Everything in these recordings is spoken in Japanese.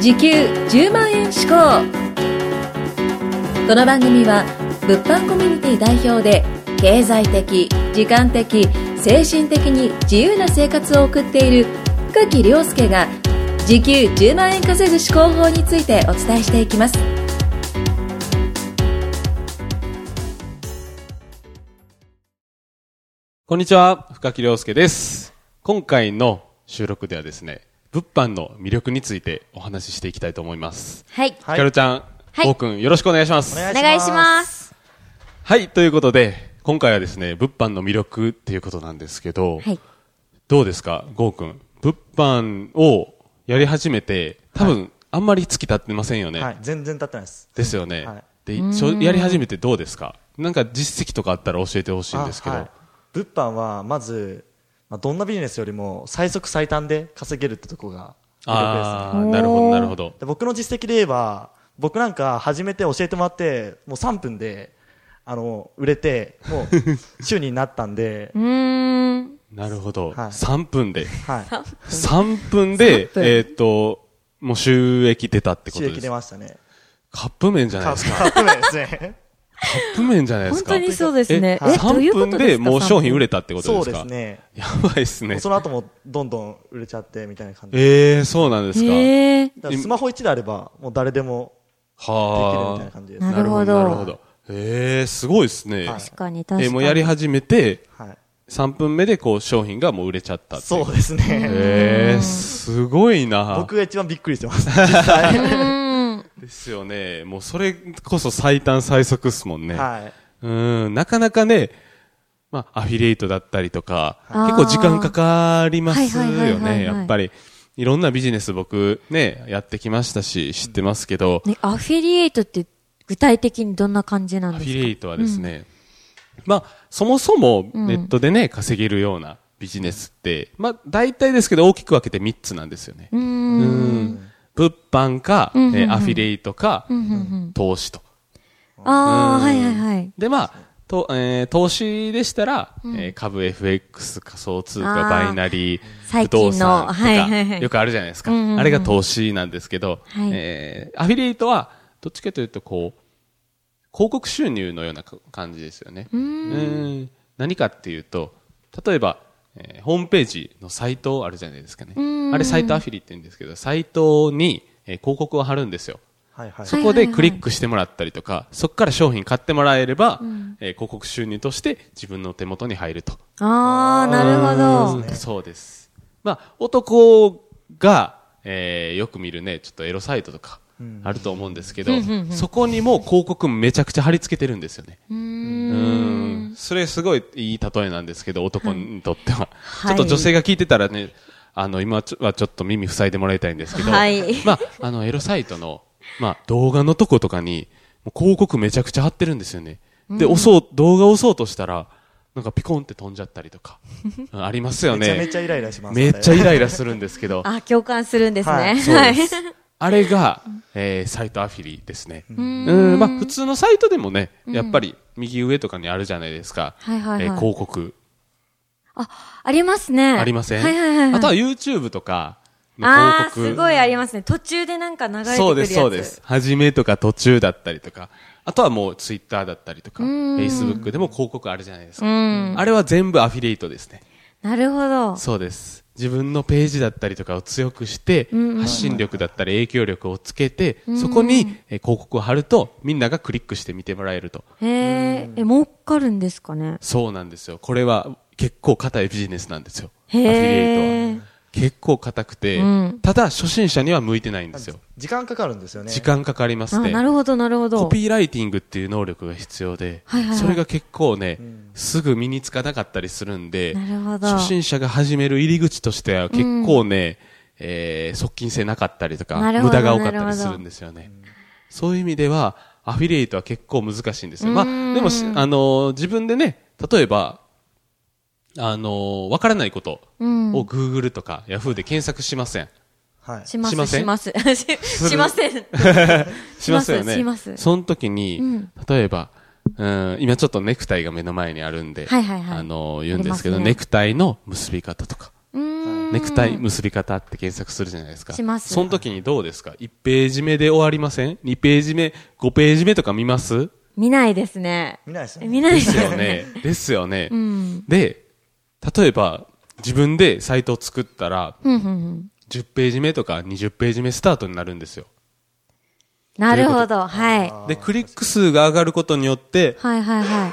時給10万円志向この番組は物販コミュニティ代表で経済的時間的精神的に自由な生活を送っている深木亮介が時給10万円稼ぐ思考法についてお伝えしていきますこんにちは、深木亮介です。今回の収録ではですね、物販の魅力についてお話ししていきたいと思います。はい。ひかるちゃん、はいゴーくんよろしくお願いします。お願いします。はい、ということで、今回はですね、物販の魅力っていうことなんですけど、はい。どうですか、ゴーくん。物販をやり始めて、多分、あんまり月経ってませんよね。はい、全然経ってないです。ですよね。はいでしょ、やり始めてどうですかなんか実績とかあったら教えてほしいんですけど。あはい物販はまず、まあ、どんなビジネスよりも最速最短で稼げるってとこが魅力ああー、なるほど、なるほどです。。で僕の実績で言えば僕なんか初めて教えてもらってもう3分であの売れても う週になったんでう、ーん。なるほど。はい3分で。はい、 3分で、えーっと、もう収益出たってこと収で益す出。ましたねカップ麺じゃないカですか。ップ麺ですねカップ麺じゃないです本か。当にそうですね。え、どうい3こと分すでかもう商品売れた。たってことそうですでかすねやばいっすね。その後もどんどん売れちゃってみたいな感じえー、そうなんですか。へえ。だからスマホ1であればもう誰でもできるみはたいあ。な感じです、なるほどなるほど。えー、すごいですね。はい確かに、確かに。えー、もうやり始めて、はい、 3分目でこう商品がもう売れちゃったっていそうですね、えー、すごいな。僕が一番びっくりしてます。実際ですよね。もうそれこそ最短最速っすもんね。はい。うん、なかなかね、まあ、アフィリエイトだったりとか、はい結構時間かかりますはいはいはいよはいはいね、やっぱり。いろんなビジネス僕ね、やってきましたし、知ってますけど、ね、アフィリエイトって具体的にどんな感じなアんフですかィリエイトはですね、まあ、そもそもネットでね、稼げるようなビジネスって、まあ、大体ですけど大きく分けて3つなんですよね。うーん。うん物販か、えうんうんうんーアフィリエイトか、うんうんうん投資と。ああ、うんはいはいはい。で、まあ、と、えー投資でしたら、えー株 FX 仮想通貨あーバイナリー、最不近の動産とか、はいはいはいよくあるじゃないですか、うんうんうんあれが投資なんですけど、はいえーアフィリエイトは、どっちかというと、こう、広告収入のようなか感じですよね。うん何かっていうと、例えば、えーホームページのサイトあるじゃないですかね。あれサイトアフィリって言うんですけど、サイトに、えー広告を貼るんですよ。はいはい。そこでクリックしてもらったりとか、そこから商品買ってもらえれば、えー広告収入として自分の手元に入ると。ああ、なるほど。うんそうです。まあ、男が、えーよく見るね、ちょっとエロサイトとか、あると思うんですけど、そこにもう広告めちゃくちゃ貼り付けてるんですよね。うん。それすごいいい例えなんですけど、男にとっては。はいちょっと女性が聞いてたらね、あの、今ちょはちょっと耳塞いでもらいたいんですけど、はいまあ、あの、エロサイトの、まあ、動画のとことかに、もう広告めちゃくちゃ貼ってるんですよね。で、押そう、動画押そうとしたら、なんかピコンって飛んじゃったりとか、うんありますよめちゃめね。ちゃイライラします。めっちゃイイライラするんですけど、あ、共感するんですね。 はいそうはい。です。あれが、えーサイトアフィリですね。うん、まあ普通のサイトでもね、やっぱり右上とかにあるじゃないですか。はいはいはいえー広告ありますね。ありません、はいはいはいはい。あとは YouTube とかの広ああ、告。すごいありますね。途中でなんか流れてくるやつ。そうです、そうです。。初めとか途中だったりとか、あとはもう Twitter だったりとか、Facebook でも広告あるじゃないですか。あれは全部アフィリエイトですね。なるほど。そうです。自分のページだったりとかを強くして、発信力だったり影響力をつけて、そこにえー広告を貼ると、みんながクリックして見てもらえると。へえ、え、儲かるんですかね。そうなんですよ。これは結構硬いビジネスなんですよ。アフィへーリエイトは。結構硬くて、うんただ初心者には向いてないんですよ。時間かかるんですよね。時。間かかりますあね。なるほど、なるほど。コピーライティングっていう能力が必要で、はいはいはいそれが結構ね、すぐ身につかなかったりするんで、なるほど初心者が始める入り口としては結構ね、えー側近性なかったりとか、なるほ無ど駄が多かったりするんですよね。そういう意味では、アフィリエイトは結構難しいんですよ。まあ、でもし、あのー自分でね、例えば、あのーわからないことうんを Google とか Yahoo で検索しません。はい。しま、しますせん します。ししません。しますよね。しますその時に、うん例えば、うん、今ちょっとネクタイが目の前にあるんで、はいはいはいあの、言うんですけど、ありますねネクタイの結び方とか、うーん。ネクタイ結び方って検索するじゃないですか。しますその時にどうですか ?1 ページ目で終わりません ?2 ページ目、5ページ目とか見ます見ないですね。見ないですよね見ないでですすよよね ね。。ですよね。うん。で、例えば、自分でサイトを作ったら、ふんふんふん。 10ページ目とか20ページ目スタートになるんですよ。なるほど。はい。あーで、クリック数が上がることによって、はいはいはい。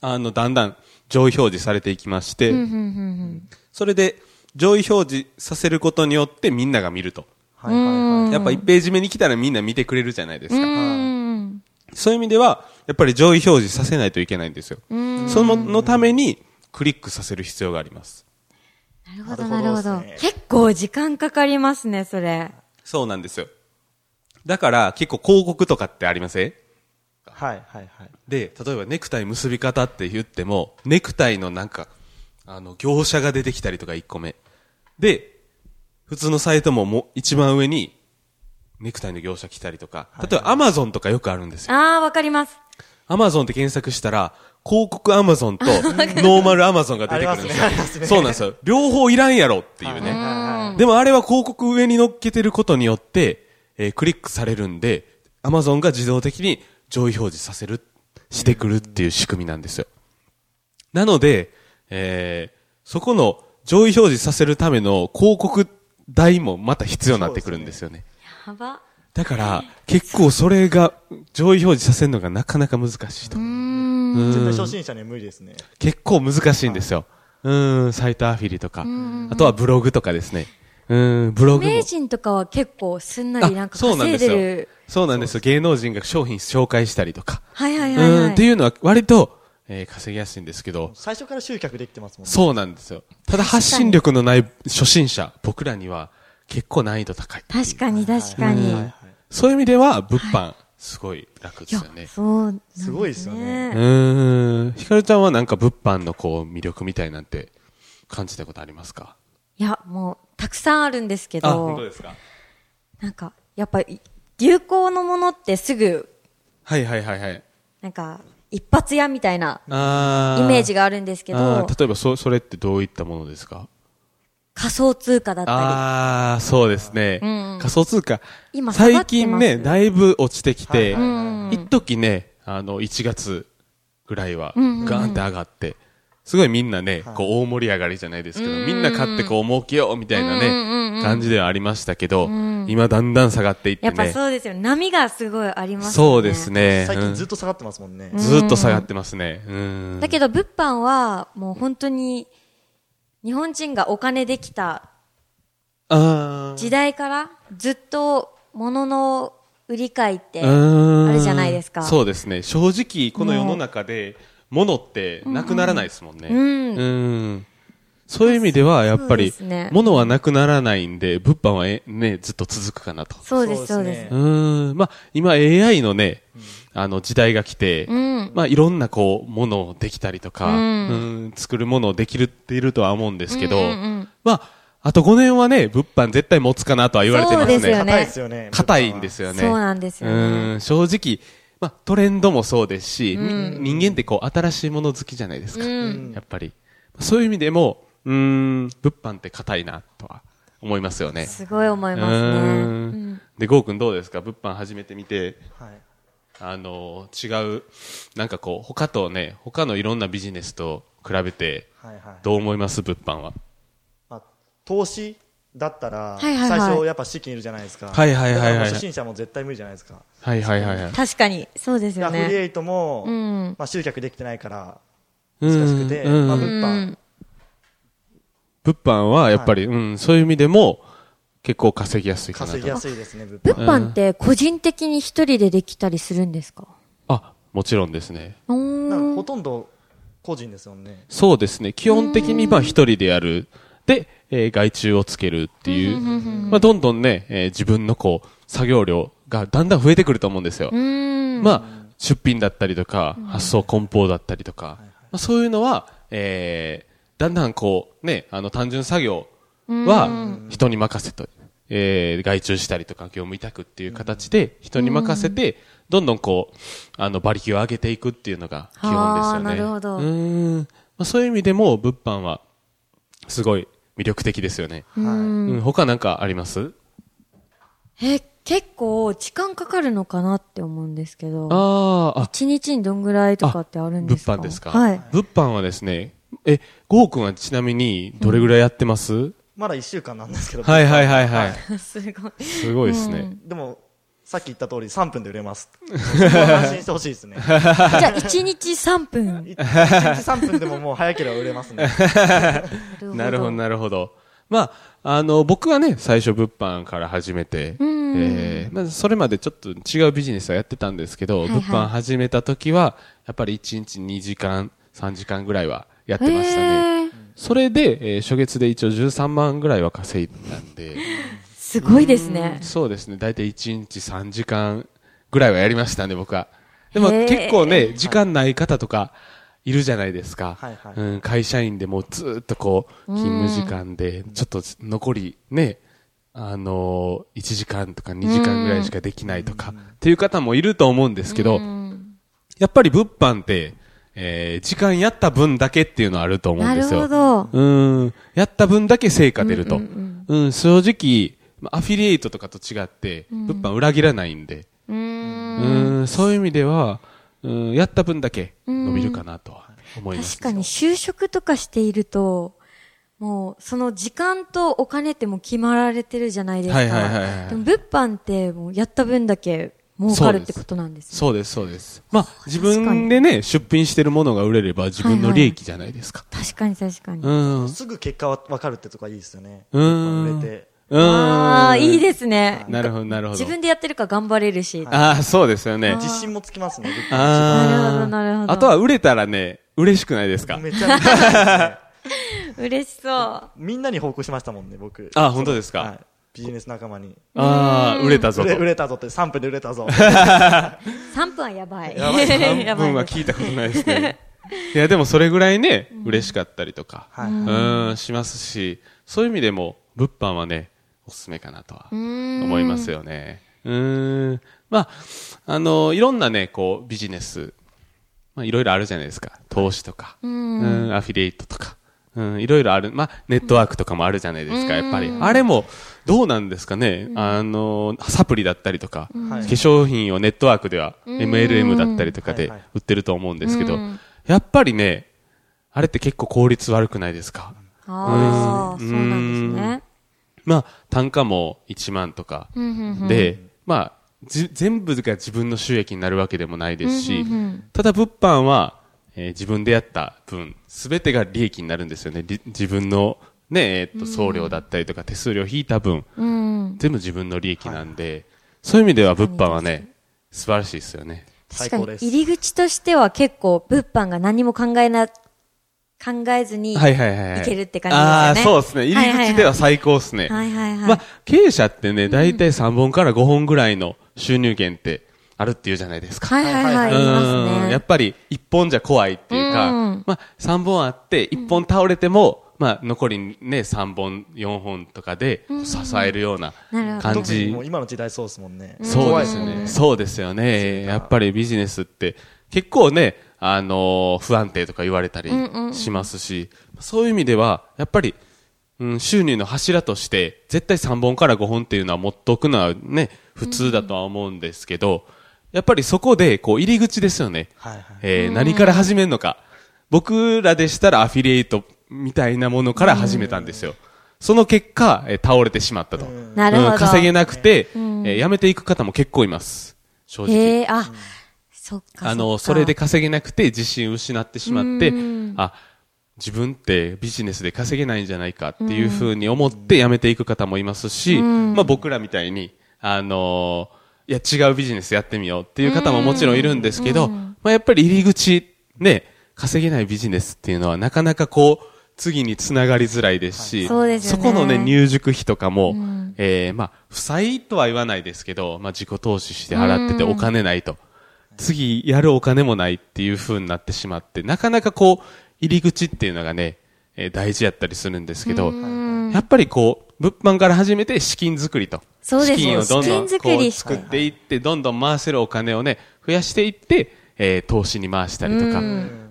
あの、だんだん上位表示されていきまして、ふんふんふんふん。それで上位表示させることによってみんなが見ると。はいはいはいやっぱ1ページ目に来たらみんな見てくれるじゃないですうか。ん。そういう意味では、やっぱり上位表示させないといけないんですよ。そののためにクリックさせる必要があります。なるほどななるるほほどどっすね。結構時間かかりますね、それ。そうなんですよ。だから結構広告とかってありませんはいはいはいで、例えばネクタイ結び方って言っても、ネクタイのなんか、あの、業者が出てきたりとか1個目。で、普通のサイトももう一番上に、ネクタイの業者来たりとか、例えばアマゾンとかよくあるんですよ。あー、わかります。アマゾンって検索したら、広告アマゾン とノーマルアマゾンが出てくるんですよ。ありますねそうなんですよ。両方いらんやろっていうね。はいでもあれは広告上に乗っけてることによって、えークリックされるんで、アマゾンが自動的に上位表示させる、してくるっていう仕組みなんですよ。なので、えーそこの上位表示させるための広告代もまた必要になってくるんですよね。やば。だから、結構それが上位表示させるのがなかなか難しいと。うん絶対初心者には無理ですね結構難しいんですよ。うん、サイトアフィリとか、あとはブログとかですね。うん、ブログも。名人とかは結構すんなりなんかそうなん稼でいすでよる。そうなんですよ。芸能人が商品紹介したりとか。はいはいはい、うん、はってい。いうのは割と、えー稼ぎやすいんですけど、最初から集客できてますもんねそうなんですよ。ただ発信力のない初心者、僕らには結構難易度高い。確かに確かに。はいはいはいそういう意味では、物販、すごい楽ですよいやね。そうなんです、ね。すごいですよねうーん。ひかるちゃんはなんか物販のこう魅力みたいなんて感じたことありますかいや、もう、たくさんあるんですけあ、本当ど、ですかなんか、やっぱ、い流行のものってすぐ、はいはいはいはい。なんか、一発屋みたいなあイメージががあるんですけあどー、例えばそ、それってどういったものですか仮想通貨だったああ、そうですね。うんうん仮想通貨。今下がっ最て近ますね、だいぶ落ちてきて、はいはいはい一時ね、あの、1月ぐらいは、ガうんうんうんーンって上がって、すごいみんなね、こう大盛り上がりじゃないですけど、みんな買ってこう儲けようみたいなうんうんうんね、感じではありましたけど、今だんだん下がっていっり。やてっぱね。そうですよ。波がすごいありますね。そうです。ね。最う近んずっと下がってますもんねずっと下がってますね。うんだけど、物販は、もう本当に、日本人がお金できたあー時代から、ずっと、物の売り買いって、ああるじゃないですかそうですね。正直、この世の中で、物ってなくならないですもんね。うんうんそういう意味では、やっぱりそうですね、物はなくならないんで、物販はえね、ずっと続くかなと。そうです、そそううでですす。うねん。まあ、今 AI のね、あの、時代が来て、んまあ、いろんなこう、ものをできたりとか、うんうん作るものをできるっているとは思うんですけど、うんうんうんまあ、あと5年はね、物販絶対持つかなとは言われてますね。そうですよね硬いですよね硬いんですよね。そうなんですよねうん正直、まあ、トレンドもそうですし、み人間ってこう、新しいもの好きじゃないですか。んやっぱり。そういう意味でも、うーん、物販って硬いな、とは思いますよね。すごい思いうますね。ーうんんで、ゴーくんどうですか物販始めてみて、はいあの、違う、なんかこう、他とね、他のいろんなビジネスと比べて、はいはいどう思います物販は。まあ、投資だったら、はいはいはい最初やっぱ資金いるじゃないですか。はいはいはいはいだからもう初心者も絶対無理じゃないですか。はいはいはいはい。確かに、そうですでよアフリエね。イトも、うんまあ、集客できてないからう難しくて、んまあ、うん物販、うん物販はやっぱり、うん、そういう意味でも、結構稼ぎやすいかなと。稼ぎやすいですね、物販。物販って個人的に一人でできたりするんですかあ、もちろんですね。うなんーかほん。とんど個人ですよね。そうですね。基本的に、まあ、一人でやる。で、えー外注をつけるっていう。まあ、どんどんね、えー自分のこう、作業量がだんだん増えてくると思うんですよ。うん。まあ、出品だったりとか、発送梱包だったりとか、まあ、そういうのは、えー、だんだんこう、ね、あの、単純作業は、人に任せと、えー、外注したりとか、業務委託っていう形で、人に任せて、どんどんこう、あの、馬力を上げていくっていうのが基本ですよね。あーなるほどうーん。まあ、そういう意味でも、物販は、すごい、魅力的ですよね。ううんん、他なんかありますえ、結構時間かかるのかなって思うんですけど。あーあ、一日にどんぐらいとかってあるんですか物販ですかはい。物販はですね、え、ゴーくんはちなみにどれぐらいやってます、まだ1週間なんですけど、はいはいはいはい。すごい。すごいですね。でも、さっき言った通り3分で売れます。そこは安心してほしいですね。 じゃあ、一日3分。 1日3分でももう早ければ売れますね。なるほど、なるほど。まあ、あの、僕はね、最初物販から始めて、うんえーまあ、それまでちょっと違うビジネスはやってたんですけど、いは物い販始めた時は、やっぱり1日2時間、3時間ぐらいはやってましたね。へーそれで、えー初月で一応13万ぐらいは稼いだんで、すごいですね。そうですね、大体1日3時間ぐらいはやりましたね、僕は。でもへー結構ね、時間ない方とかいるじゃないですか。はいはいうん、会社員でもうずーっとこう、勤務時間で、ちょっと残りね、あのー、1時間とか2時間ぐらいしかできないとか、っていう方もいると思うんですけど、やっぱり物販って、えー時間やった分だけっていうのはあると思うんなでるすよ。ほど。うん。やった分だけ成果出ると。ううんん正直、まあアフィリエイトとかと違って、物販裏切らないんで、うーん。うん、そういう意味では、うん、やった分だけ伸びるかなとは思います。確かに就職とかしていると、もうその時間とお金ってもう決まられてるじゃないですか。はいはいはいはいでも物販ってもうやった分だけ儲かるってことなんですね。そうです、そうです。まあ、自分でね、出品してるものが売れれば自分の利益じゃないですか。確かに確かに。うん。うん。すぐ結果は分かるってとこはいいですよね。うん売れて。ああ、いいす。ですね。なるほど、なるほど。自分でやってるから頑張れるし。ああ、そうですよね。自信もつきますね。あーなるほどなるほどあとは売れたらね、嬉しくないですかめちゃめちゃ嬉しいですね。嬉しそう。みんなに報告しましたもんね、僕。あ本当ですかはいビジネス仲間に。ああ、売れたぞ売と。れ売れたぞって、3分で売れたぞ。 3分はやば い。やばい半分 は聞いたことないですね。 いや、でもそれぐらいね、嬉しかったりとか、はいうん、しますし、そういう意味でも、物販はね、おすすめかなとは、思いますよね。うん。まあ、あの、いろんなね、こう、ビジネス、まあ、いろいろあるじゃないですか。投資とか、うん、アフィリエイトとか、うん、いろいろある。まあ、ネットワークとかもあるじゃないですか、やっぱり。あれも、どうなんですかね。あの、サプリだったりとか、化はい粧品をネットワークでは、MLM だったりとかではいはい売ってると思うんですけど、やっぱりね、あれって結構効率悪くないですか。ああ、うそんうなんですね。まあ、単価も1万とかうんうんうんで、まあ、じ全部が自分の収益になるわけでもないですしうんうんうん、ただ物販は、えー自分でやった分、すべてが利益になるんですよね。り自分の、ね、えーっと、送料だったりとか手数料引いた分、うん。全部自分の利益なんで、そういう意味では物販はね、素晴らしいですよね。確最かに高です入り口としては結構物販が何も考えな、考えずに、はいはいはいはい。いけるって感じですよねああー、そうですね。入り口では最高ですね。はいはいはい。まあ、経営者ってね、大体3本から5本ぐらいの収入源ってあるって言うじゃないですか。はいはいはい、言いますうんね。やっぱり1本じゃ怖いっていうか、うんまあ、3本あって、1本倒れても、まあ、残りね、3本、4本とかで支えるようななるほど感特にじもう今の時代そうですもんね。そう怖でいっすよもんね。そうですよね。やっぱりビジネスって結構ね、あのー不安定とか言われたりしますし、そういう意味では、やっぱり、うん、収入の柱として、絶対3本から5本っていうのは持っておくのはね、普通だとは思うんですけど、やっぱりそこで、こう、入り口ですよね。はいはいえー何から始めるのか。僕らでしたらアフィリエイトみたいなものから始めたんですよ。その結果、えー倒れてしまったと。なるほど。うん稼げなくて、えー辞めていく方も結構います。正直。へえ、あ、そっか。あの、っかそれで、稼げなくて自信を失ってしまってうん、あ、自分ってビジネスで稼げないんじゃないかっていうふうに思って辞めていく方もいますし、まあ僕らみたいに、あのーいや違うビジネスやってみようっていう方ももちろんいるんですけど、まあやっぱり入り口、ね、稼げないビジネスっていうのはなかなかこう、次につながりづらいですし、そうですよねこのね、入塾費とかも、えーまあ、負債とは言わないですけど、まあ、自己投資して払っててお金ないと。次やるお金もないっていう風になってしまって、なかなかこう、入り口っていうのがね、えー大事やったりするんですけど、やっぱりこう、物販から始めて資金作りと。そうです資金をどんどん資金こ作うり作っていって、どんどん回せるお金をね、増やしていって、えー投資に回したりとか、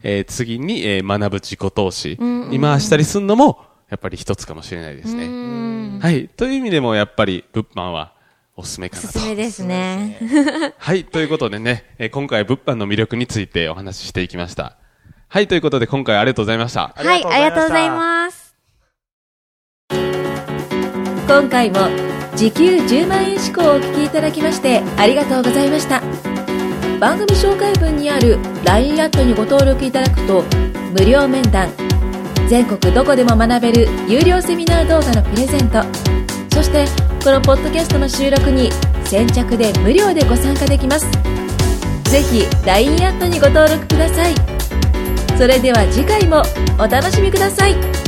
えー次に、えー学ぶ自己投資に回したりするのも、やっぱり一つかもしれないですうね。んはい。という意味でも、やっぱり物販はおすすめかおなすと。すめですね。はい。ということでね、えー今回物販の魅力についてお話ししていきました。はい。ということで、今回ありがとうございました。はい、ありがとうございます。今回も時給10万円志向をお聞きいただきましてありがとうございました番組紹介文にある LINE アットにご登録いただくと無料面談全国どこでも学べる有料セミナー動画のプレゼントそしてこのポッドキャストの収録に先着で無料でご参加できますぜひ LINE アットにご登録くださいそれでは次回もお楽しみください